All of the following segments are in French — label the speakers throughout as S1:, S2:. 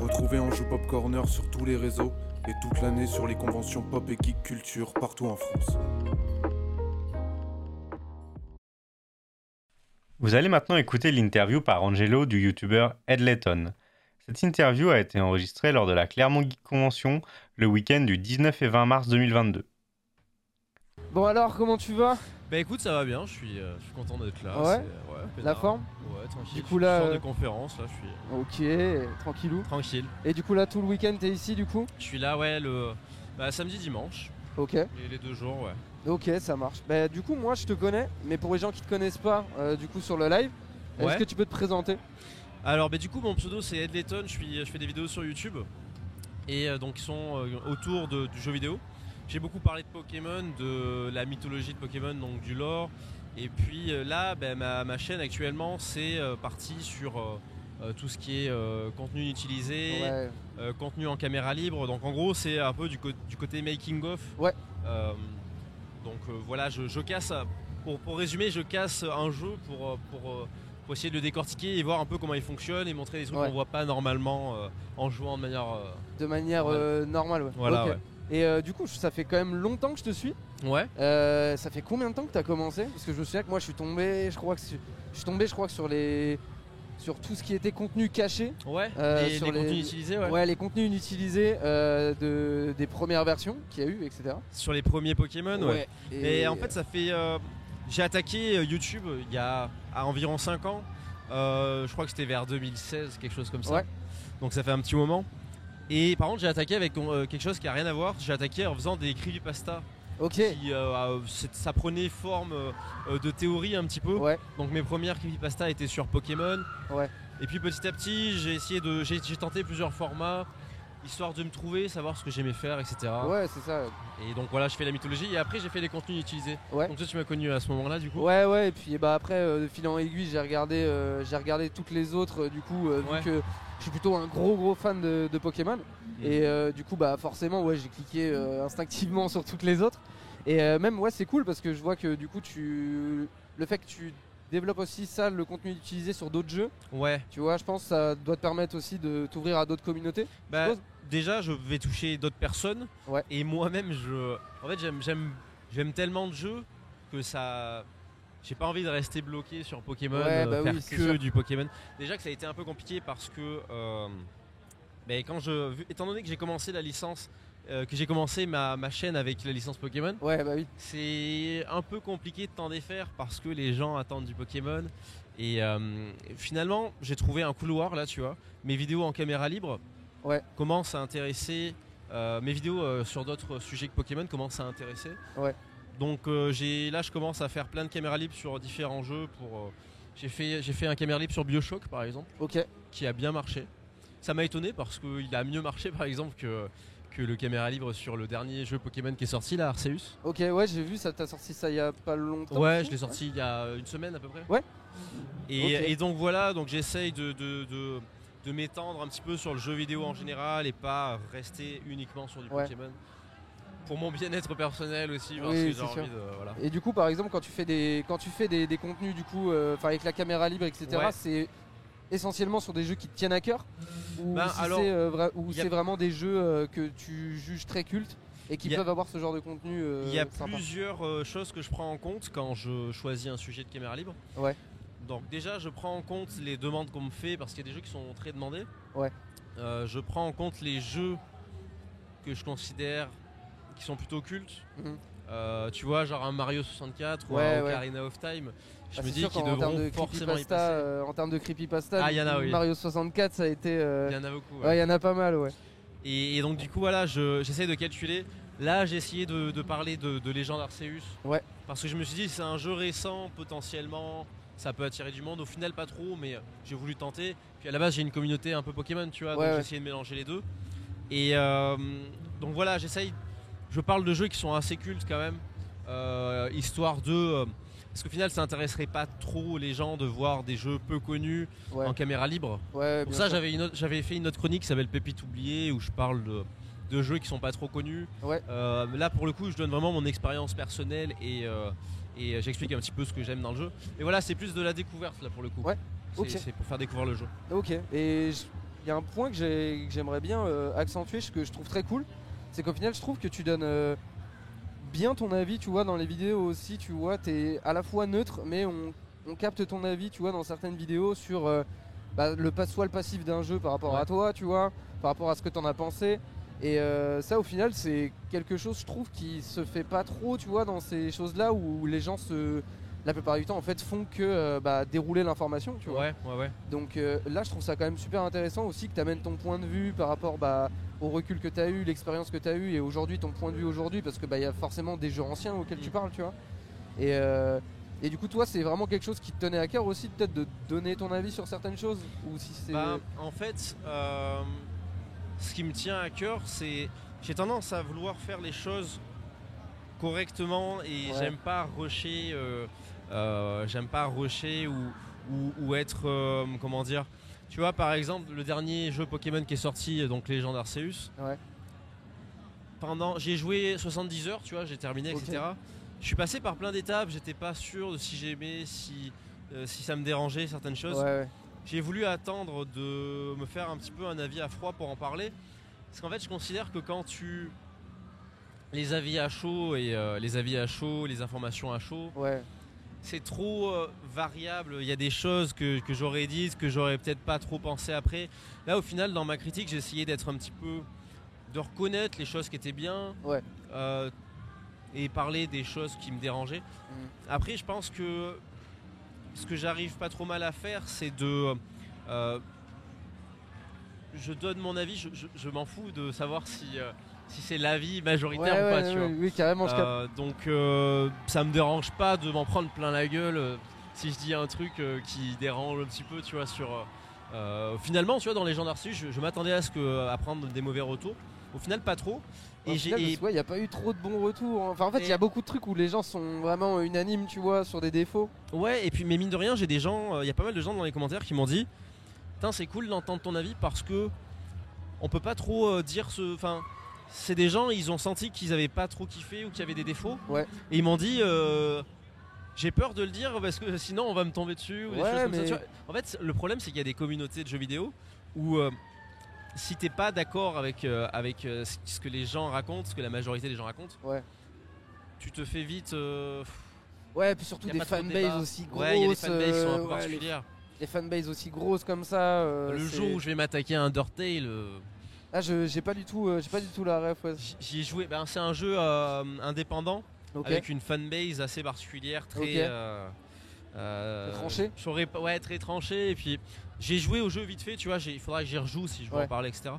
S1: Retrouvez Anjou Pop Corner sur tous les réseaux et toute l'année sur les conventions pop et geek culture partout en France.
S2: Vous allez maintenant écouter l'interview par Angelo du youtubeur Ed Letton. Cette interview a été enregistrée lors de la Clermont Geek Convention le week-end du 19 et 20 mars 2022.
S3: Bon alors, comment tu vas
S4: Bah écoute, ça va bien, je suis, euh, je suis content d'être là.
S3: Ouais.
S4: c'est- ouais,
S3: La
S4: peinard.
S3: forme
S4: Ouais, tranquille.
S3: Du coup,
S4: je
S3: là,
S4: sors
S3: euh,
S4: de conférence, là, je suis
S3: Ok, tranquillou.
S4: tranquille.
S3: Et du coup là, tout le week-end, t'es ici du coup
S4: Je suis là, ouais, le bah, samedi, dimanche,
S3: Ok,
S4: les, les deux jours, ouais.
S3: ok, ça marche. Bah du coup, moi je te connais, mais pour les gens qui te connaissent pas, euh, du coup sur le live,
S4: Ouais.
S3: est-ce que tu peux te présenter
S4: Alors, bah du coup, mon pseudo c'est Ed Letton, je, suis, je fais des vidéos sur YouTube et euh, donc ils sont euh, autour de- du jeu vidéo. J'ai beaucoup parlé de Pokémon, de la mythologie de Pokémon, donc du lore. Et puis euh, là, bah, ma, ma chaîne actuellement, c'est euh, parti sur euh, euh, tout ce qui est euh, contenu inutilisé,
S3: Ouais,
S4: euh, contenu en caméra libre. Donc en gros, c'est un peu du, co- du côté making of.
S3: Ouais.
S4: Euh, donc euh, voilà, je, je casse. euh, Pour, pour résumer, je casse un jeu pour, euh, pour, euh, pour essayer de le décortiquer et voir un peu comment il fonctionne et montrer des trucs
S3: Ouais.
S4: qu'on voit pas normalement euh, en jouant de manière. euh,
S3: de manière euh, normale, ouais.
S4: voilà.
S3: Ok. Et euh, du coup, je- ça fait quand même longtemps que je te suis.
S4: Ouais. ouais.
S3: Euh, ça fait combien de temps que t'as commencé Parce que je me souviens que moi je suis tombé, je crois que su- je suis tombé, je crois que sur les, sur tout ce qui était contenu caché.
S4: Ouais.
S3: Euh,
S4: les,
S3: sur
S4: les
S3: les-
S4: contenus utilisés, ouais.
S3: Ouais, les contenus inutilisés euh, de, des premières versions qu'il y a eu, etc.
S4: Sur les premiers Pokémon, ouais.
S3: Et,
S4: Et en fait, ça fait. euh, j'ai attaqué euh, YouTube il y a à environ 5 ans. Euh, je crois que c'était vers 2016, quelque chose comme ça.
S3: Ouais.
S4: Donc ça fait un petit moment. Et par contre, j'ai attaqué avec euh, quelque chose qui a rien à voir. J'ai attaqué en faisant des creepypasta.
S3: ok.
S4: Qui, euh, a- c'est- ça prenait forme euh, euh, de théorie un petit peu.
S3: Ouais,
S4: Donc mes premières creepypasta étaient sur Pokémon.
S3: Ouais.
S4: Et puis petit à petit, j'ai essayé de, j'ai, j'ai tenté plusieurs formats, histoire de me trouver, savoir ce que j'aimais faire, etc.
S3: ouais, c'est ça.
S4: Et donc voilà, je fais la mythologie. Et après, j'ai fait les contenus utilisés.
S3: Ouais.
S4: Donc toi, tu m'as connu à ce moment-là, du coup.
S3: Ouais, ouais. Et puis, bah après, euh, de fil en aiguille, j'ai regardé, euh, j'ai regardé toutes les autres. euh, du coup, euh,
S4: Ouais. Mhm.
S3: vu que je suis plutôt un gros, gros fan de, de Pokémon. Et euh, du coup, bah forcément, ouais, j'ai cliqué euh, instinctivement sur toutes les autres. Et euh, même, ouais, c'est cool parce que je vois que du coup, tu, le fait que tu développes aussi ça, le contenu utilisé sur d'autres jeux,
S4: Ouais.
S3: tu vois, je pense, que ça doit te permettre aussi de t'ouvrir à d'autres communautés.
S4: Bah,
S3: suppose.
S4: déjà, je vais toucher d'autres personnes.
S3: Ouais.
S4: Et moi-même, je. En fait, j'aime, j'aime, j'aime tellement de jeux que ça. J'ai pas envie de rester bloqué sur Pokémon,
S3: Ouais, bah
S4: euh, faire
S3: oui, c'est
S4: que
S3: sûr.
S4: du Pokémon. Déjà que ça a été un peu compliqué parce que. euh, ben, quand je, vu- étant donné que j'ai commencé la licence, euh, que j'ai commencé ma, ma chaîne avec la licence Pokémon,
S3: Ouais, bah oui.
S4: C'est un peu compliqué de t'en défaire parce que les gens attendent du Pokémon. Et euh, finalement, j'ai trouvé un couloir là, tu vois. Mes vidéos en caméra libre
S3: Ouais.
S4: commencent à intéresser. euh, mes vidéos euh, sur d'autres sujets que Pokémon commencent à intéresser.
S3: Ouais.
S4: Donc euh, j'ai là, je commence à faire plein de caméras libres sur différents jeux. Pour euh, j'ai fait j'ai fait un caméra libre sur BioShock par exemple
S3: Ok.
S4: qui a bien marché. Ça m'a étonné parce qu'il a mieux marché par exemple que que le caméra libre sur le dernier jeu Pokémon qui est sorti là, Arceus.
S3: Ok, ouais, j'ai vu, ça t'as sorti ça il y a pas longtemps.
S4: Ouais, je l'ai sorti il y a une semaine à peu près.
S3: Ouais.
S4: Et,
S3: Ok.
S4: et donc voilà, donc j'essaye de, de, de- de m'étendre un petit peu sur le jeu vidéo en général et pas rester uniquement sur du
S3: Ouais.
S4: Pokémon. Pour mon bien-être personnel aussi, parce
S3: Oui,
S4: que
S3: c'est
S4: j'ai envie
S3: sûr.
S4: de. Voilà.
S3: Et du coup, par exemple, quand tu fais des, quand tu fais des, des contenus, du coup, euh, enfin, avec la caméra libre, etc.,
S4: Ouais.
S3: c'est essentiellement sur des jeux qui te tiennent à cœur ou
S4: Ben,
S3: si
S4: alors,
S3: c'est euh, vra- ou
S4: il y a-
S3: c'est vraiment des jeux euh, que tu juges très cultes et qui
S4: Il y a-
S3: peuvent avoir ce genre de contenu euh,
S4: Il y a
S3: sympa.
S4: plusieurs euh, choses que je prends en compte quand je choisis un sujet de caméra libre.
S3: Ouais.
S4: Donc déjà, je prends en compte les demandes qu'on me fait parce qu'il y a des jeux qui sont très demandés.
S3: Ouais.
S4: Euh, je prends en compte les jeux que je considère qui sont plutôt cultes.
S3: Mhm.
S4: Euh, tu vois, genre un Mario 64
S3: Ouais,
S4: ou un
S3: ouais.
S4: Ocarina of Time. Je
S3: Ah,
S4: me
S3: c'est
S4: dis
S3: sûr
S4: qu'ils
S3: qu'en termes
S4: devront
S3: de
S4: forcément y
S3: creepypasta,
S4: passer.
S3: euh, en termes de creepypasta,
S4: Ah, il y en a, oui.
S3: Mario 64, ça a été. euh,
S4: Il y en a beaucoup. ouais.
S3: ouais, il y en a pas mal, ouais.
S4: Et, et donc du coup voilà, je- j'essaie de calculer. Là j'ai essayé de, de parler de, de Légende Arceus.
S3: Ouais.
S4: Parce que je me suis dit c'est un jeu récent potentiellement, ça peut attirer du monde. Au final pas trop, mais j'ai voulu tenter. Puis à la base j'ai une communauté un peu Pokémon, tu vois,
S3: Ouais,
S4: donc
S3: ouais.
S4: j'ai essayé de mélanger les deux. Et euh, donc voilà, j'essaye. Je parle de jeux qui sont assez cultes quand même, euh, histoire de. euh, parce qu'au final ça intéresserait pas trop les gens de voir des jeux peu connus
S3: Ouais,
S4: en caméra libre.
S3: ouais,
S4: Pour
S3: bien
S4: ça,
S3: sûr.
S4: j'avais, une autre- j'avais fait une autre chronique qui s'appelle Pépites oubliées, où je parle de, de jeux qui sont pas trop connus.
S3: Ouais.
S4: Euh, là, pour le coup, je donne vraiment mon expérience personnelle et, euh, et j'explique un petit peu ce que j'aime dans le jeu. Et voilà, c'est plus de la découverte, là, pour le coup.
S3: Ouais,
S4: C'est,
S3: ok.
S4: c'est pour faire découvrir le jeu.
S3: Ok, et je- il y a un point que j'ai- que j'aimerais bien euh, accentuer, ce que je trouve très cool, c'est qu'au final, je trouve que tu donnes euh, bien ton avis, tu vois, dans les vidéos aussi, tu vois, t'es à la fois neutre, mais on, on capte ton avis, tu vois, dans certaines vidéos sur euh, bah, le pas- soit le passif d'un jeu par rapport à toi, tu vois, par rapport à ce que t'en as pensé. Et euh, ça, au final, c'est quelque chose, je trouve, qui se fait pas trop, tu vois, dans ces choses-là où les gens se, la plupart du temps, en fait, font que euh, bah, dérouler l'information, tu vois.
S4: Ouais, ouais, ouais.
S3: Donc euh, là, je trouve ça quand même super intéressant aussi que tu amènes ton point de vue par rapport bah, au recul que tu as eu, l'expérience que tu as eue et aujourd'hui ton point de vue aujourd'hui parce que bah, il y a forcément des jeux anciens auxquels tu
S4: Mm.
S3: parles, tu vois. Et, euh, et du coup, toi, c'est vraiment quelque chose qui te tenait à cœur aussi peut-être de donner ton avis sur certaines choses ou si c'est
S4: Bah, en fait, euh, ce qui me tient à cœur, c'est j'ai tendance à vouloir faire les choses correctement et
S3: Ouais.
S4: j'aime pas rusher, euh, euh, j'aime pas rusher ou, ou, ou être euh, comment dire. Tu vois, par exemple, le dernier jeu Pokémon qui est sorti, donc Légende Arceus.
S3: Ouais.
S4: Pendant, j'ai joué 70 heures, tu vois, j'ai terminé,
S3: Ok.
S4: etc. Je suis passé par plein d'étapes, j'étais pas sûr de si j'aimais, si, euh, si ça me dérangeait certaines choses.
S3: ouais, ouais.
S4: J'ai voulu attendre de me faire un petit peu un avis à froid pour en parler. Parce qu'en fait, je considère que quand tu. Les avis à chaud et euh, les avis à chaud, les informations à chaud,
S3: ouais.
S4: c'est trop euh, variable. Il y a des choses que, que j'aurais dites, que j'aurais peut-être pas trop pensé après. Là, au final, dans ma critique, j'ai essayé d'être un petit peu. de reconnaître les choses qui étaient bien.
S3: Ouais.
S4: euh, et parler des choses qui me dérangeaient.
S3: Mm.
S4: Après, je pense que ce que j'arrive pas trop mal à faire, c'est de. euh, je donne mon avis, je, je- je m'en fous de savoir si, euh, si c'est l'avis majoritaire
S3: Ouais,
S4: ou pas,
S3: ouais,
S4: tu vois.
S3: ouais, Oui, carrément, je capte.
S4: Euh, donc euh, ça me dérange pas de m'en prendre plein la gueule euh, si je dis un truc euh, qui dérange un petit peu, tu vois, sur. euh, euh, finalement, tu vois, dans les gens d'Arcy, je, je m'attendais à ce que à prendre des mauvais retours. Au final, pas trop.
S3: Au
S4: Et j'ai-
S3: final,
S4: et-
S3: parce que, ouais, il n'y a pas eu trop de bons retours. hein. Enfin, en fait, il y a
S4: Et-
S3: beaucoup de trucs où les gens sont vraiment euh, unanimes, tu vois, sur des défauts.
S4: Ouais, et puis, mais mine de rien, j'ai des gens, euh, il y a pas mal de gens dans les commentaires qui m'ont dit Putain, c'est cool d'entendre ton avis parce que on peut pas trop euh, dire ce. Enfin, c'est des gens, ils ont senti qu'ils avaient pas trop kiffé ou qu'il y avait des défauts.
S3: Ouais.
S4: Et ils m'ont dit euh, J'ai peur de le dire parce que sinon on va me tomber dessus ou des
S3: Ouais,
S4: choses comme
S3: mais-
S4: ça. tu vois. En fait, le problème, c'est qu'il y a des communautés de jeux vidéo où. euh, si t'es pas d'accord avec, euh, avec euh, ce que les gens racontent, ce que la majorité des gens racontent,
S3: Ouais.
S4: tu te fais vite. euh,
S3: Ouais, puis surtout
S4: y a
S3: des
S4: pas trop de
S3: fanbases
S4: débat.
S3: aussi grosses.
S4: Ouais, il y a des fanbases qui sont un peu
S3: euh, ouais, les
S4: particulières.
S3: des fanbases aussi grosses comme ça. euh,
S4: le
S3: c'est-
S4: jour où je vais m'attaquer à Undertale, euh,
S3: Ah, je- j'ai pas du tout, euh, j'ai pas du tout la ref. ouais.
S4: j- j'y ai joué. Ben, c'est un jeu euh, indépendant
S3: Ok.
S4: avec une fanbase assez particulière, très.
S3: Ok.
S4: euh, euh,
S3: Très tranché.
S4: j'aurais pas- Ouais, très tranché. Et puis, j'ai joué au jeu vite fait, tu vois. j'ai- Il faudra que j'y rejoue si je veux
S3: Ouais.
S4: en parler, etc.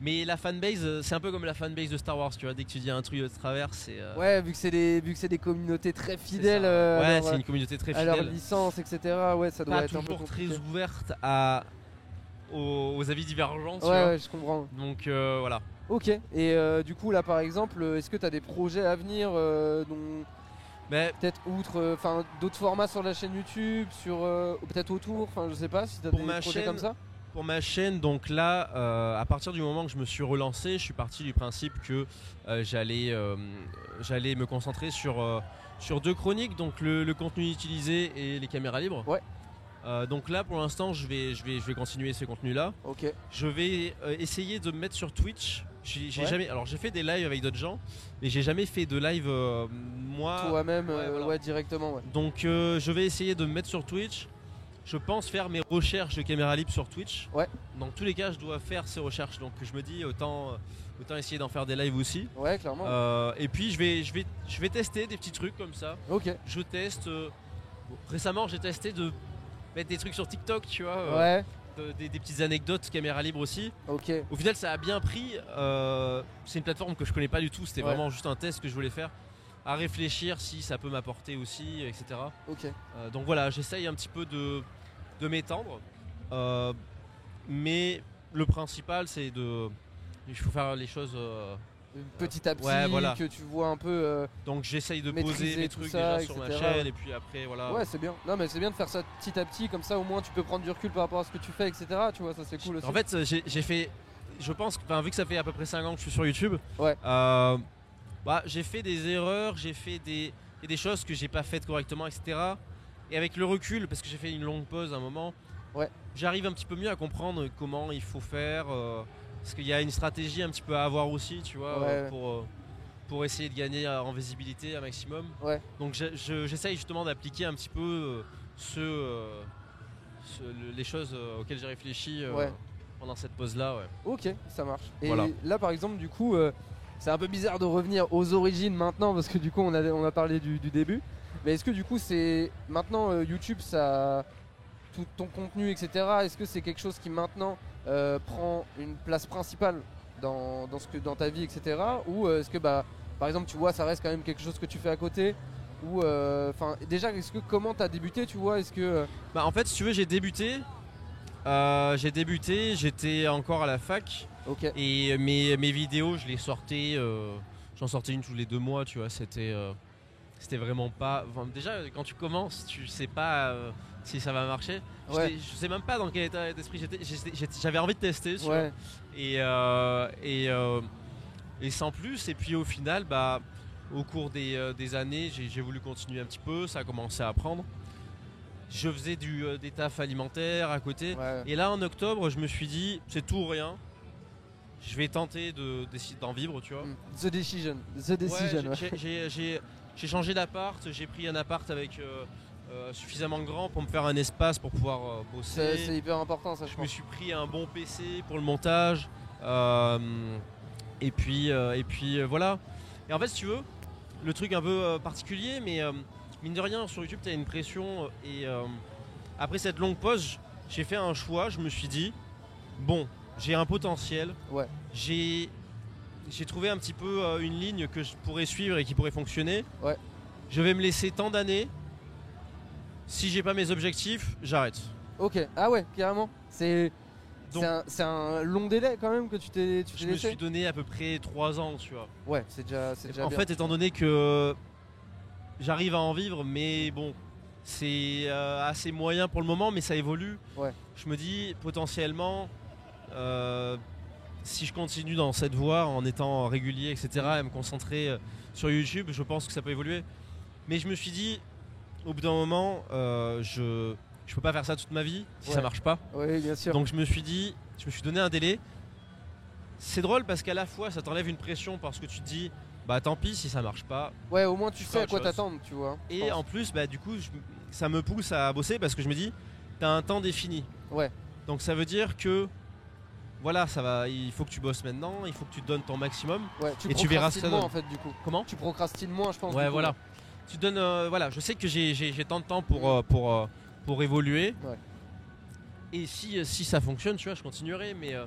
S4: Mais la fanbase, euh, c'est un peu comme la fanbase de Star Wars, tu vois. Dès que tu dis un truc de travers, c'est. euh,
S3: Ouais, vu que c'est des, vu que c'est des communautés très
S4: c'est ça.
S3: fidèles. euh, à
S4: ouais,
S3: leur-
S4: c'est une communauté très
S3: à leur
S4: fidèle.
S3: licence, etc. Ouais, ça doit
S4: Pas
S3: être un peu
S4: toujours très
S3: compliqué.
S4: ouverte à, aux, aux avis divergents, tu
S3: Ouais,
S4: vois.
S3: ouais, je comprends.
S4: Donc euh, voilà.
S3: Ok. Et euh, du coup, là, par exemple, euh, est-ce que t'as des projets à venir, euh, dont
S4: Mais
S3: peut-être outre, euh, enfin, d'autres formats sur la chaîne YouTube, sur euh, ou peut-être autour, enfin, je sais pas si t'as
S4: Pour
S3: des
S4: ma
S3: projets
S4: chaîne,
S3: comme ça.
S4: Pour ma chaîne, donc là, euh, à partir du moment que je me suis relancé, je suis parti du principe que euh, j'allais, euh, j'allais me concentrer sur, euh, sur deux chroniques, donc le, le contenu utilisé et les caméras libres.
S3: Ouais.
S4: Euh, donc là, pour l'instant, je vais, je, vais, je vais continuer ce contenu-là.
S3: Ok.
S4: Je vais euh, essayer de me mettre sur Twitch. J'ai, j'ai
S3: Ouais.
S4: jamais, alors j'ai fait des lives avec d'autres gens, mais j'ai jamais fait de live euh, moi.
S3: Toi-même,
S4: ouais,
S3: euh,
S4: voilà.
S3: ouais, directement, ouais.
S4: Donc euh, je vais essayer de me mettre sur Twitch. Je pense faire mes recherches de caméra libre sur Twitch.
S3: Ouais.
S4: Dans tous les cas, je dois faire ces recherches. Donc je me dis autant, euh, autant essayer d'en faire des lives aussi.
S3: Ouais, clairement.
S4: Euh, et puis je vais, je, vais, je vais tester des petits trucs comme ça.
S3: Ok.
S4: Je teste. euh, récemment, j'ai testé de mettre des trucs sur TikTok, tu vois. euh,
S3: Ouais.
S4: de- des, des petites anecdotes caméra libre aussi.
S3: Ok.
S4: Au final, ça a bien pris. euh, C'est une plateforme que je connais pas du tout. C'était
S3: Ouais.
S4: vraiment juste un test que je voulais faire. À réfléchir si ça peut m'apporter aussi, etc.
S3: Ok.
S4: Euh, donc voilà, j'essaye un petit peu de, de m'étendre. Euh, mais le principal, c'est de. Il faut faire les choses. euh,
S3: petit à petit
S4: Ouais, voilà.
S3: que tu vois un peu. euh,
S4: donc j'essaye de
S3: Maîtriser
S4: poser mes
S3: tout
S4: trucs
S3: ça,
S4: déjà sur ma
S3: etc..
S4: chaîne. Et puis après, voilà.
S3: Ouais, c'est bien. Non, mais c'est bien de faire ça petit à petit, comme ça au moins tu peux prendre du recul par rapport à ce que tu fais, etc. Tu vois, ça c'est cool aussi.
S4: en fait, euh, j'ai j'ai fait. Je pense que, enfin, vu que ça fait à peu près 5 ans que je suis sur YouTube,
S3: Ouais.
S4: euh, bah, j'ai fait des erreurs, j'ai fait des, et des choses que j'ai pas faites correctement, etc. Et avec le recul, parce que j'ai fait une longue pause à un moment,
S3: Ouais.
S4: j'arrive un petit peu mieux à comprendre comment il faut faire. euh, parce qu'il y a une stratégie un petit peu à avoir aussi, tu vois,
S3: Ouais,
S4: euh,
S3: ouais.
S4: pour, euh, pour essayer de gagner euh, en visibilité un maximum.
S3: Ouais.
S4: Donc j'ai- je- j'essaye justement d'appliquer un petit peu euh, ce, euh, ce- le- les choses euh, auxquelles j'ai réfléchi euh,
S3: Ouais.
S4: pendant cette pause-là. ouais.
S3: Ok, ça marche. Et
S4: Voilà.
S3: là, par exemple, du coup, euh, c'est un peu bizarre de revenir aux origines maintenant parce que du coup, on a, on a parlé du, du début. Mais est-ce que du coup, c'est maintenant euh, YouTube, ça, tout ton contenu, etc. Est-ce que c'est quelque chose qui maintenant euh, prend une place principale dans, dans ce que dans ta vie, etc. Ou euh, est-ce que bah, par exemple, tu vois, ça reste quand même quelque chose que tu fais à côté. Ou euh, enfin, déjà, est-ce que comment t'as débuté, tu vois, est-ce que euh,
S4: Bah, en fait, si tu veux, j'ai débuté. euh, j'ai débuté, j'étais encore à la fac.
S3: ok,
S4: Et mes, mes vidéos, je les sortais. euh, J'en sortais une tous les deux mois, tu vois. C'était. euh, c'était vraiment pas. enfin, déjà, quand tu commences, tu sais pas euh, si ça va marcher.
S3: Ouais.
S4: J'étais- Je sais même pas dans quel état d'esprit j'étais. J'étais- j'étais- J'avais envie de tester, tu vois.
S3: ouais,
S4: Et, euh, et, euh, et sans plus. Et puis au final, bah, au cours des, euh, des années, j'ai j'ai voulu continuer un petit peu. Ça a commencé à prendre. Je faisais du, euh, des tafs alimentaires à côté.
S3: ouais,
S4: Et là, en octobre, je me suis dit, c'est tout ou rien. Je vais tenter de d'essayer d'en vivre, tu vois.
S3: Mm. The decision, the
S4: Ouais,
S3: decision. ouais.
S4: j'ai- j'ai- j'ai- J'ai changé d'appart, j'ai pris un appart avec euh, euh, suffisamment grand pour me faire un espace pour pouvoir euh,
S3: C'est c'est
S4: bosser.
S3: hyper important ça je
S4: Je me
S3: pense.
S4: suis pris un bon PC pour le montage. euh, et puis, euh, et puis euh, voilà. Et en fait, si tu veux, le truc un peu euh, particulier, mais euh, mine de rien, sur YouTube, tu as une pression. euh, Et euh, après cette longue pause, j'ai fait un choix. Je me suis dit, bon, j'ai un potentiel.
S3: Ouais.
S4: J'ai. J'ai trouvé un petit peu euh, une ligne que je pourrais suivre et qui pourrait fonctionner.
S3: Ouais.
S4: Je vais me laisser tant d'années. Si j'ai pas mes objectifs, j'arrête.
S3: Ok, ah ouais, carrément. C'est
S4: Donc-
S3: c'est un, c'est un long délai quand même que tu t'es tu t'es
S4: Je me
S3: laissé.
S4: suis donné à peu près 3 ans, tu vois.
S3: Ouais, c'est déjà, c'est déjà
S4: en
S3: bien.
S4: fait, étant donné que j'arrive à en vivre, mais bon, c'est euh, assez moyen pour le moment, mais ça évolue.
S3: Ouais.
S4: Je me dis potentiellement, euh, si je continue dans cette voie en étant régulier, etc., et me concentrer euh, sur YouTube, je pense que ça peut évoluer. Mais je me suis dit, au bout d'un moment, euh, je je peux pas faire ça toute ma vie si
S3: Ouais.
S4: ça marche pas.
S3: Oui, bien sûr.
S4: Donc je me suis dit, je me suis donné un délai. C'est drôle parce qu'à la fois ça t'enlève une pression parce que tu te dis, bah tant pis si ça marche pas.
S3: ouais, au moins tu
S4: je
S3: sais
S4: ferai
S3: à quoi
S4: autre chose.
S3: t'attendre, tu vois. je
S4: Et
S3: pense.
S4: en plus, bah du coup, je- ça me pousse à bosser parce que je me dis, t'as un temps défini.
S3: Ouais.
S4: Donc ça veut dire que, voilà, ça va, il faut que tu bosses maintenant, il faut que tu te donnes ton maximum.
S3: ouais, tu
S4: et tu verras ce que ça
S3: procrastines moins
S4: donne.
S3: en fait du coup.
S4: Comment
S3: Tu procrastines moins, je pense. du
S4: Ouais,
S3: coup.
S4: voilà. Tu donnes, euh, voilà, je sais que j'ai- j'ai j'ai tant de temps pour, euh, pour, euh, pour évoluer.
S3: Ouais.
S4: Et si, euh, si ça fonctionne, tu vois, je continuerai. Mais euh,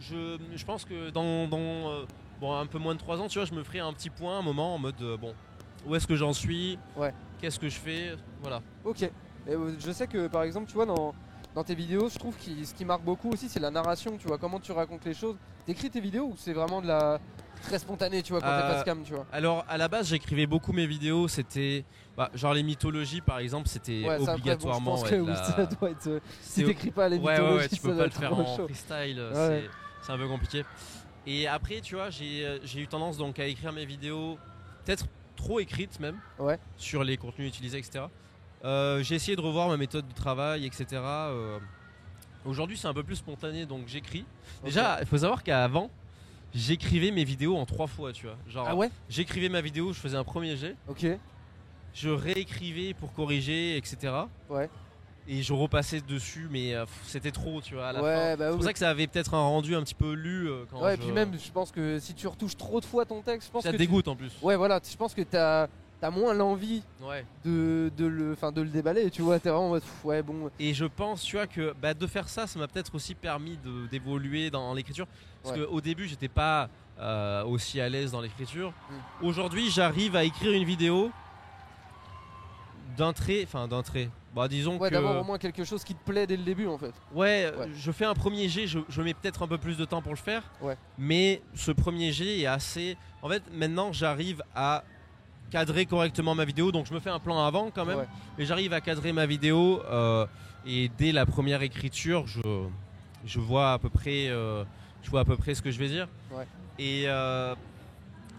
S4: je, je pense que dans, dans, euh, bon, un peu moins de 3 ans, tu vois, je me ferai un petit point, un moment en mode, euh, bon, où est-ce que j'en suis
S3: Ouais.
S4: Qu'est-ce que je fais Voilà.
S3: Ok. Et, euh, je sais que par exemple, tu vois, dans, dans tes vidéos, je trouve que ce qui marque beaucoup aussi, c'est la narration, tu vois, comment tu racontes les choses. T'écris tes vidéos ou c'est vraiment de la très spontanée, tu vois, quand
S4: Euh,
S3: t'es pas cam, tu vois.
S4: Alors, à la base, j'écrivais beaucoup mes vidéos. C'était, bah, genre les mythologies, par exemple,
S3: Ouais,
S4: c'était
S3: ça, après, bon, je
S4: obligatoirement.
S3: pense
S4: ouais,
S3: que
S4: de
S3: oui,
S4: la-
S3: ça doit être. euh, Si
S4: c'est-
S3: t'écris pas les
S4: Ouais, ouais,
S3: mythologies,
S4: ouais, tu
S3: ça
S4: peux
S3: doit
S4: pas le
S3: être
S4: faire
S3: trop
S4: en
S3: chaud.
S4: freestyle, euh,
S3: Ouais.
S4: c'est- c'est un peu compliqué. Et après, tu vois, j'ai euh, j'ai eu tendance donc à écrire mes vidéos, peut-être trop écrites même,
S3: Ouais.
S4: sur les contenus utilisés, etc. Euh, j'ai essayé de revoir ma méthode de travail, etc. Euh, Aujourd'hui, c'est un peu plus spontané, donc j'écris. Déjà, il faut savoir qu'avant, j'écrivais mes vidéos en trois fois, tu vois. Genre,
S3: Ah ouais
S4: j'écrivais ma vidéo, je faisais un premier jet,
S3: Ok.
S4: je réécrivais pour corriger, etc.
S3: Ouais.
S4: Et je repassais dessus, mais euh, pff, c'était trop, tu vois, à la fin.
S3: ouais, bah
S4: C'est
S3: oui.
S4: pour ça que ça avait peut-être un rendu un petit peu lu euh, quand
S3: Ouais, et
S4: je-
S3: puis même, je pense que si tu retouches trop de fois ton texte, je pense
S4: ça
S3: que.
S4: te
S3: tu-
S4: dégoûte en plus.
S3: Ouais, voilà, je pense que t'as as moins l'envie
S4: Ouais.
S3: de, de, le, enfin, de le déballer, tu vois. T'es vraiment en mode, pff, ouais, bon.
S4: Et je pense, tu vois, que bah, de faire ça, ça m'a peut-être aussi permis de- d'évoluer dans l'écriture. Parce
S3: Ouais.
S4: qu'au début, j'étais pas euh, aussi à l'aise dans l'écriture.
S3: Mm.
S4: Aujourd'hui, j'arrive à écrire une vidéo d'un trait, enfin d'un trait. Bah, disons
S3: Ouais,
S4: que
S3: d'avoir au moins quelque chose qui te plaît dès le début, en fait.
S4: ouais, euh,
S3: Ouais.
S4: je fais un premier jet, je, je mets peut-être un peu plus de temps pour le faire.
S3: Ouais.
S4: Mais ce premier jet est assez. En fait, maintenant, j'arrive à cadrer correctement ma vidéo. Donc, je me fais un plan avant quand même.
S3: Ouais.
S4: Mais j'arrive à cadrer ma vidéo. euh, et dès la première écriture, je, je vois à peu près, euh, je vois à peu près ce que je vais dire.
S3: Ouais.
S4: Et euh,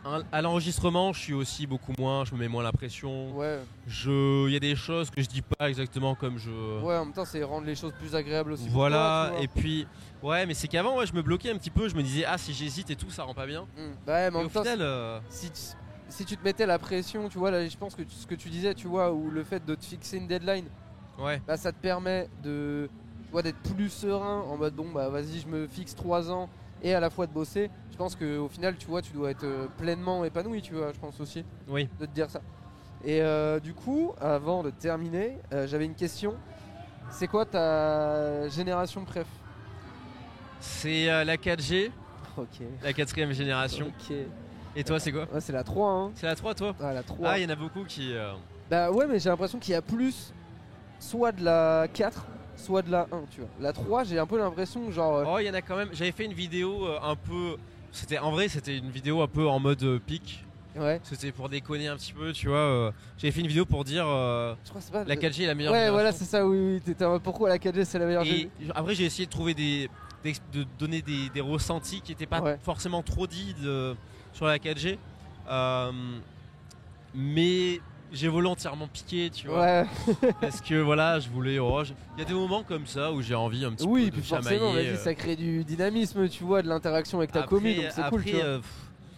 S4: un- à l'enregistrement, je suis aussi beaucoup moins, je me mets moins la pression.
S3: Ouais,
S4: Je, il y a des choses que je dis pas exactement comme je.
S3: ouais, en même temps, c'est rendre les choses plus agréables aussi. pour
S4: Voilà,
S3: toi, tu vois.
S4: et puis, ouais, mais c'est qu'avant, ouais, je me bloquais un petit peu, je me disais, ah, si j'hésite et tout, ça rend pas bien.
S3: Mm. Ouais, mais en
S4: Et au
S3: même temps,
S4: final, euh,
S3: si tu, si tu te mettais la pression, tu vois, là, je pense que tu- ce que tu disais, tu vois, ou le fait de te fixer une deadline,
S4: ouais,
S3: bah, ça te permet de, tu vois, d'être plus serein en mode bon, bah vas-y, je me fixe 3 ans et à la fois de bosser. Je pense qu'au final, tu vois, tu dois être euh, pleinement épanoui, tu vois, je pense aussi,
S4: oui.
S3: de te dire ça. Et euh, du coup, avant de terminer, euh, j'avais une question. C'est quoi ta génération préf
S4: C'est euh, la 4G,
S3: Ok.
S4: la quatrième génération.
S3: Ok.
S4: Et toi, c'est quoi
S3: Ouais, c'est la 3, hein.
S4: C'est la 3, toi
S3: Ah, la 3.
S4: Ah, il y en a beaucoup qui. euh,
S3: Bah ouais, mais j'ai l'impression qu'il y a plus soit de la 4, soit de la 1, tu vois. La 3, j'ai un peu l'impression que genre euh,
S4: Oh, il y en a quand même. J'avais fait une vidéo euh, un peu. C'était en vrai, c'était une vidéo un peu en mode euh, pic.
S3: ouais,
S4: C'était pour déconner un petit peu, tu vois. euh, J'avais fait une vidéo pour dire euh,
S3: je crois que c'est pas
S4: la 4G est la meilleure.
S3: Ouais, voilà,
S4: génération.
S3: c'est ça oui, oui, t'étais en mode, pourquoi la 4G c'est la meilleure
S4: Et
S3: génération
S4: après, j'ai essayé de trouver des, d'ex- de donner des, des ressentis qui n'étaient pas
S3: Ouais.
S4: forcément trop dits de- sur la 4G. Euh, mais j'ai volontairement piqué, tu vois.
S3: Ouais,
S4: Parce que voilà, je voulais. oh, je- Il y a des moments comme ça où j'ai envie un petit
S3: oui,
S4: peu
S3: puis
S4: de chamailler.
S3: forcément, vas-y,
S4: euh,
S3: ça crée du dynamisme, tu vois, de l'interaction avec ta commune, donc c'est cool,
S4: après,
S3: tu vois.
S4: euh, pff,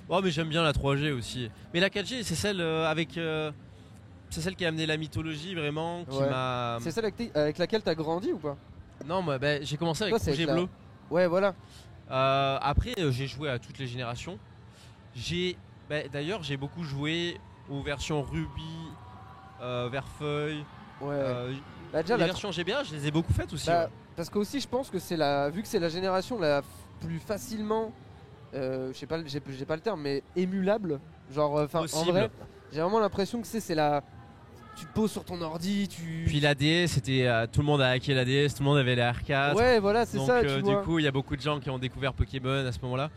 S4: oh, mais j'aime bien la 3G aussi. Mais la 4G, c'est celle euh, avec. euh, c'est celle qui a amené la mythologie vraiment, qui
S3: Ouais.
S4: m'a.
S3: C'est celle avec, t'es- avec laquelle t'as grandi ou pas
S4: Non, moi, ben, j'ai commencé avec
S3: Toi, c'est
S4: Projet
S3: avec la-
S4: Bleu.
S3: Ouais, voilà.
S4: Euh, après, euh, j'ai joué à toutes les générations. J'ai, bah, d'ailleurs, j'ai beaucoup joué aux versions Ruby, euh, Verfeuille.
S3: Ouais.
S4: euh,
S3: bah, déjà,
S4: les
S3: la
S4: versions GBA, je les ai beaucoup faites aussi. hein.
S3: Bah,
S4: ouais.
S3: parce que aussi je pense que c'est la vu que c'est la génération la f- plus facilement euh, je sais pas le- j'ai j'ai pas le terme mais émulable genre euh, enfin en
S4: Possible.
S3: vrai j'ai vraiment l'impression que c'est c'est la tu te poses sur ton ordi tu
S4: Puis la DS, c'était euh, tout le monde a hacké la DS, tout le monde avait les arcades.
S3: ouais voilà c'est
S4: Donc,
S3: ça
S4: euh,
S3: tu
S4: du
S3: vois
S4: coup, il y a beaucoup de gens qui ont découvert Pokémon à ce moment-là.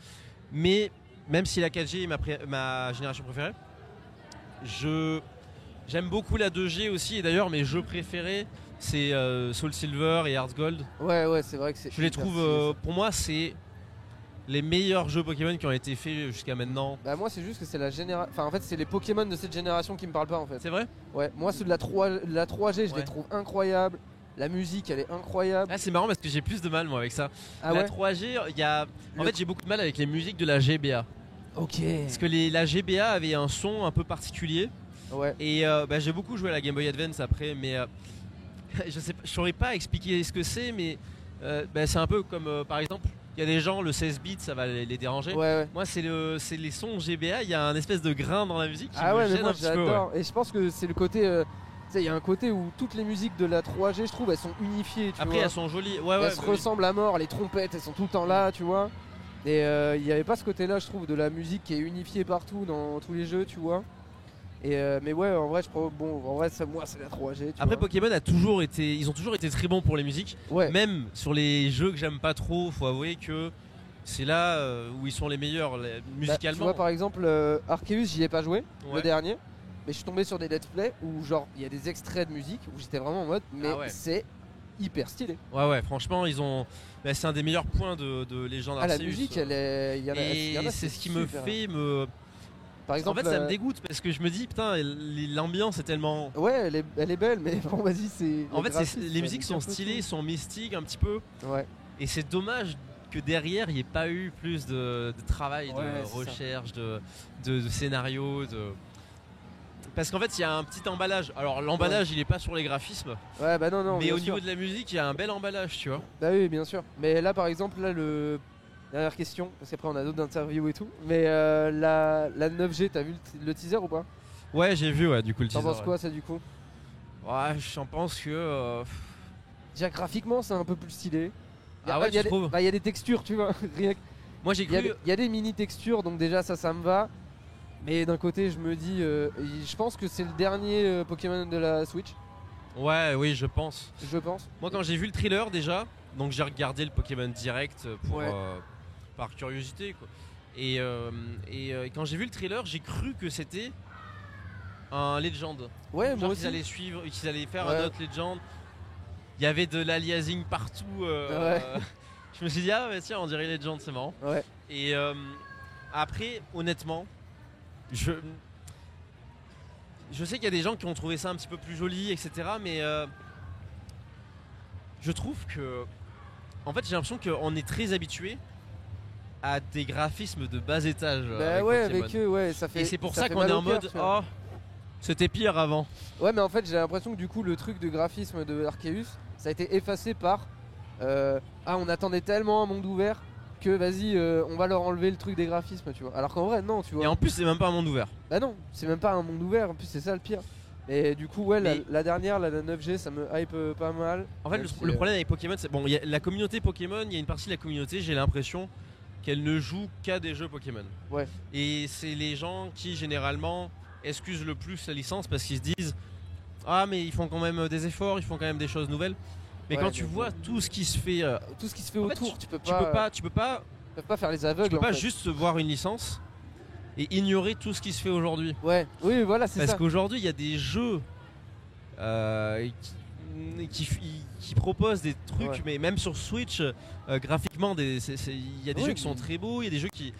S4: Mais même si la 4G est ma, pré- ma génération préférée, je j'aime beaucoup la 2G aussi. Et d'ailleurs, mes jeux préférés, c'est euh, Soul Silver et Heart Gold.
S3: ouais ouais c'est vrai que c'est
S4: Je les
S3: hyper
S4: trouve,
S3: stylé,
S4: euh,
S3: ça.
S4: pour moi, c'est les meilleurs jeux Pokémon qui ont été faits jusqu'à maintenant.
S3: bah moi c'est juste que c'est la génération enfin en fait c'est les Pokémon de cette génération qui me parlent pas en fait
S4: C'est vrai
S3: ouais moi ceux de la 3 de la 3G je
S4: Ouais.
S3: les trouve incroyables la musique elle est incroyable
S4: Ah, c'est marrant parce que j'ai plus de mal moi avec ça.
S3: ah
S4: la
S3: ouais
S4: 3G, il y a. En
S3: Le-
S4: fait, j'ai beaucoup de mal avec les musiques de la GBA.
S3: ok
S4: Parce que les, la GBA avait un son un peu particulier.
S3: ouais
S4: Et euh, bah, j'ai beaucoup joué à la Game Boy Advance après, mais euh, je sais pas, je saurais pas expliquer ce que c'est, mais euh, bah, c'est un peu comme euh, par exemple, il y a des gens, le 16 bits ça va les, les déranger.
S3: ouais ouais
S4: Moi, c'est le, c'est les sons GBA, il y a un espèce de grain dans la musique qui
S3: Ah
S4: me
S3: ouais, mais
S4: gêne
S3: moi
S4: un petit peu. ouais.
S3: j'adore. Et je pense que c'est le côté. euh, tu sais, il y a un côté où toutes les musiques de la 3G, je trouve, elles sont unifiées. Tu
S4: Après,
S3: vois.
S4: elles sont jolies. Ouais,
S3: Elles
S4: ouais,
S3: se
S4: bah oui.
S3: ressemblent à mort. Les trompettes, elles sont tout le temps là, tu vois. Et euh, il n'y avait pas ce côté-là, je trouve, de la musique qui est unifiée partout dans tous les jeux, tu vois. Et euh, mais ouais, en vrai, je trouve. Bon, en vrai, ça, moi, c'est la 3G. Tu
S4: Après,
S3: vois.
S4: Pokémon a toujours été, ils ont toujours été très bons pour les musiques.
S3: ouais.
S4: Même sur les jeux que j'aime pas trop, faut avouer que c'est là euh, où ils sont les meilleurs les-
S3: Bah, tu
S4: musicalement.
S3: vois, par exemple, euh, Arceus, j'y ai pas joué,
S4: Ouais.
S3: le dernier. Mais je suis tombé sur des let's play où, genre, il y a des extraits de musique où j'étais vraiment en mode, mais
S4: Ah ouais.
S3: c'est hyper stylé.
S4: Ouais, ouais, franchement, ils ont. bah, c'est un des meilleurs points de, de Légende
S3: Ah, la
S4: Arceus.
S3: musique, elle est. il Y en a, il y en
S4: Et
S3: a,
S4: c'est ce qui me
S3: super. hein.
S4: fait me.
S3: Par exemple,
S4: en fait, ça
S3: euh,
S4: me dégoûte parce que je me dis, putain, l- l'ambiance est tellement.
S3: Ouais, elle est, elle est belle, mais bon, vas-y, c'est.
S4: En fait, c'est-
S3: graphisme,
S4: les
S3: ça
S4: musiques
S3: nique
S4: sont
S3: un peu
S4: stylées, sont mystiques un petit peu.
S3: tout. Ouais.
S4: Et c'est dommage que derrière, il n'y ait pas eu plus de, de travail,
S3: Ouais, c'est
S4: de
S3: ça.
S4: recherche, de, de, de scénario. De... Parce qu'en fait, il y a un petit emballage. Alors, l'emballage, il n'est pas sur les graphismes,
S3: Ouais, bah non, non.
S4: mais
S3: bien
S4: au
S3: sûr.
S4: niveau de la musique, il y a un bel emballage, tu vois.
S3: Bah oui, bien sûr. Mais là, par exemple, là, le. Dernière question, parce qu'après, on a d'autres interviews et tout. Mais euh, la, la 9G, t'as vu le, t- le teaser ou pas
S4: Ouais, j'ai vu, ouais, du coup, le
S3: T'en
S4: teaser,
S3: penses quoi, ça, du coup
S4: Ouais, Ouais, j'en pense que. euh, pff,
S3: Déjà, graphiquement, c'est un peu plus stylé. Y a-
S4: Ah ouais,
S3: y a
S4: tu
S3: des-
S4: trouves
S3: Bah, il y a des textures, tu vois. Rien que-
S4: Moi, j'ai
S3: Il y, a
S4: cru.
S3: des- il y a des mini textures, donc déjà ça, ça me va. Mais d'un côté, je me dis, euh, il- je pense que c'est le dernier euh, Pokémon de la Switch,
S4: Ouais, oui, je pense.
S3: je pense.
S4: Moi, quand j'ai vu le thriller déjà, donc j'ai regardé le Pokémon direct pour,
S3: Ouais.
S4: euh, par curiosité. Quoi. Et, euh, et euh, quand j'ai vu le thriller, j'ai cru que c'était un Legend.
S3: Ouais, moi
S4: Genre qu'ils
S3: aussi.
S4: allaient suivre, qu'ils allaient faire
S3: Ouais.
S4: un autre Legend. Il y avait de l'aliasing partout. euh,
S3: Ouais.
S4: euh, je me suis dit, ah, bah, tiens, on dirait Legend, c'est marrant.
S3: Ouais.
S4: Et euh, après, honnêtement, Je, je sais qu'il y a des gens qui ont trouvé ça un petit peu plus joli, etc. Mais euh, je trouve que. En fait, j'ai l'impression qu'on est très habitué à des graphismes de bas étage. euh,
S3: Bah
S4: avec
S3: ouais,
S4: Pokémon.
S3: avec eux, ouais, ça fait.
S4: Et c'est pour ça,
S3: fait
S4: qu'on
S3: mal
S4: est
S3: au
S4: en
S3: cœur,
S4: mode.
S3: tu vois.
S4: oh, c'était pire avant.
S3: Ouais, mais en fait, j'ai l'impression que du coup, le truc de graphisme de Arceus, ça a été effacé par. euh, ah, on attendait tellement un monde ouvert que vas-y, euh, on va leur enlever le truc des graphismes, tu vois. Alors qu'en vrai, non, tu vois.
S4: Et en plus, c'est même pas un monde ouvert.
S3: Bah non, c'est même pas un monde ouvert, en plus c'est ça le pire. Mais du coup, ouais, la,
S4: Mais-
S3: la dernière, la, la 9G, ça me hype euh, pas mal.
S4: En fait,
S3: Même
S4: le,
S3: si,
S4: le
S3: euh,
S4: problème avec Pokémon, c'est. Bon, il y a la communauté Pokémon, il y a une partie de la communauté, j'ai l'impression qu'elle ne joue qu'à des jeux Pokémon.
S3: Ouais.
S4: Et c'est les gens qui, généralement, excusent le plus la licence parce qu'ils se disent Ah, mais ils font quand même des efforts, ils font quand même des choses nouvelles. Mais
S3: Ouais,
S4: quand tu
S3: mais-
S4: vois tout ce qui se fait. euh,
S3: Tout ce qui se fait
S4: En fait,
S3: autour, tu peux
S4: tu
S3: pas, euh,
S4: peux pas, tu peux pas,
S3: tu peux pas faire les
S4: tu
S3: aveugles.
S4: peux
S3: en
S4: pas
S3: fait.
S4: juste voir une licence et ignorer tout ce qui se fait aujourd'hui.
S3: Ouais, oui, voilà, c'est
S4: Parce
S3: ça.
S4: qu'aujourd'hui, il y a des jeux euh, qui, qui, qui proposent des trucs,
S3: Ouais.
S4: mais même sur Switch, euh, graphiquement, des- c'est- c'est- il y a des
S3: Oui,
S4: jeux qui sont
S3: mais-
S4: très beaux, il y a des jeux qui,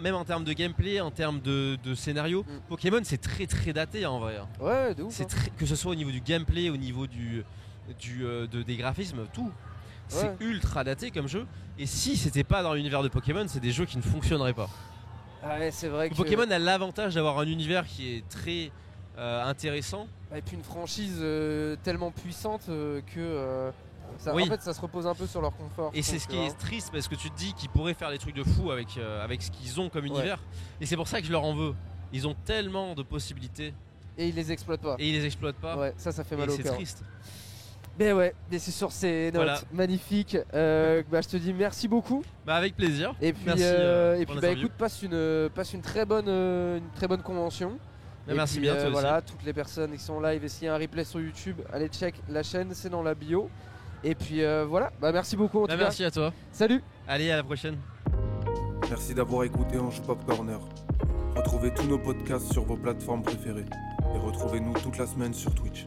S4: même en termes de gameplay, en termes de, de scénario,
S3: Mm.
S4: Pokémon, c'est très très daté en vrai.
S3: Ouais, de ouf.
S4: C'est
S3: hein.
S4: très- que ce soit au niveau du gameplay, au niveau du, du, euh, de- des graphismes, tout. C'est
S3: Ouais.
S4: ultra daté comme jeu. Et si c'était pas dans l'univers de Pokémon, c'est des jeux qui ne fonctionneraient pas.
S3: Ah ouais, c'est vrai que.
S4: Pokémon a l'avantage d'avoir un univers qui est très euh, intéressant.
S3: Et puis une franchise euh, tellement puissante euh, que. euh, ça,
S4: Oui.
S3: En fait, ça se repose un peu sur leur confort. euh, je
S4: Et c'est
S3: trouve,
S4: ce
S3: tu
S4: qui
S3: vois.
S4: est triste parce que tu te dis qu'ils pourraient faire des trucs de fou avec, euh, avec ce qu'ils ont comme
S3: Ouais.
S4: univers. Et c'est pour ça que je leur en veux. Ils ont tellement de possibilités
S3: Et ils les exploitent pas.
S4: et ils les exploitent pas.
S3: Ouais, ça, ça fait mal
S4: Et
S3: au
S4: c'est
S3: cœur.
S4: triste.
S3: Mais ouais, mais c'est sur ces notes
S4: Voilà.
S3: magnifiques. euh, bah, je te dis merci beaucoup.
S4: Bah avec plaisir.
S3: Et puis,
S4: Merci,
S3: euh,
S4: euh,
S3: et
S4: pour
S3: puis bah
S4: l'interview.
S3: écoute, passe une, passe une très bonne, euh, une très bonne convention.
S4: Bah,
S3: Et
S4: merci
S3: puis,
S4: bien
S3: euh,
S4: toi aussi.
S3: voilà, toutes les personnes qui sont en live et s'il y a un replay sur YouTube, allez check la chaîne, c'est dans la bio. Et puis euh, voilà, bah merci beaucoup en
S4: Bah,
S3: tout
S4: merci à toi.
S3: cas. Salut.
S4: Allez à la prochaine.
S1: Merci d'avoir écouté Anjou Pop Corner. Retrouvez tous nos podcasts sur vos plateformes préférées et retrouvez-nous toute la semaine sur Twitch.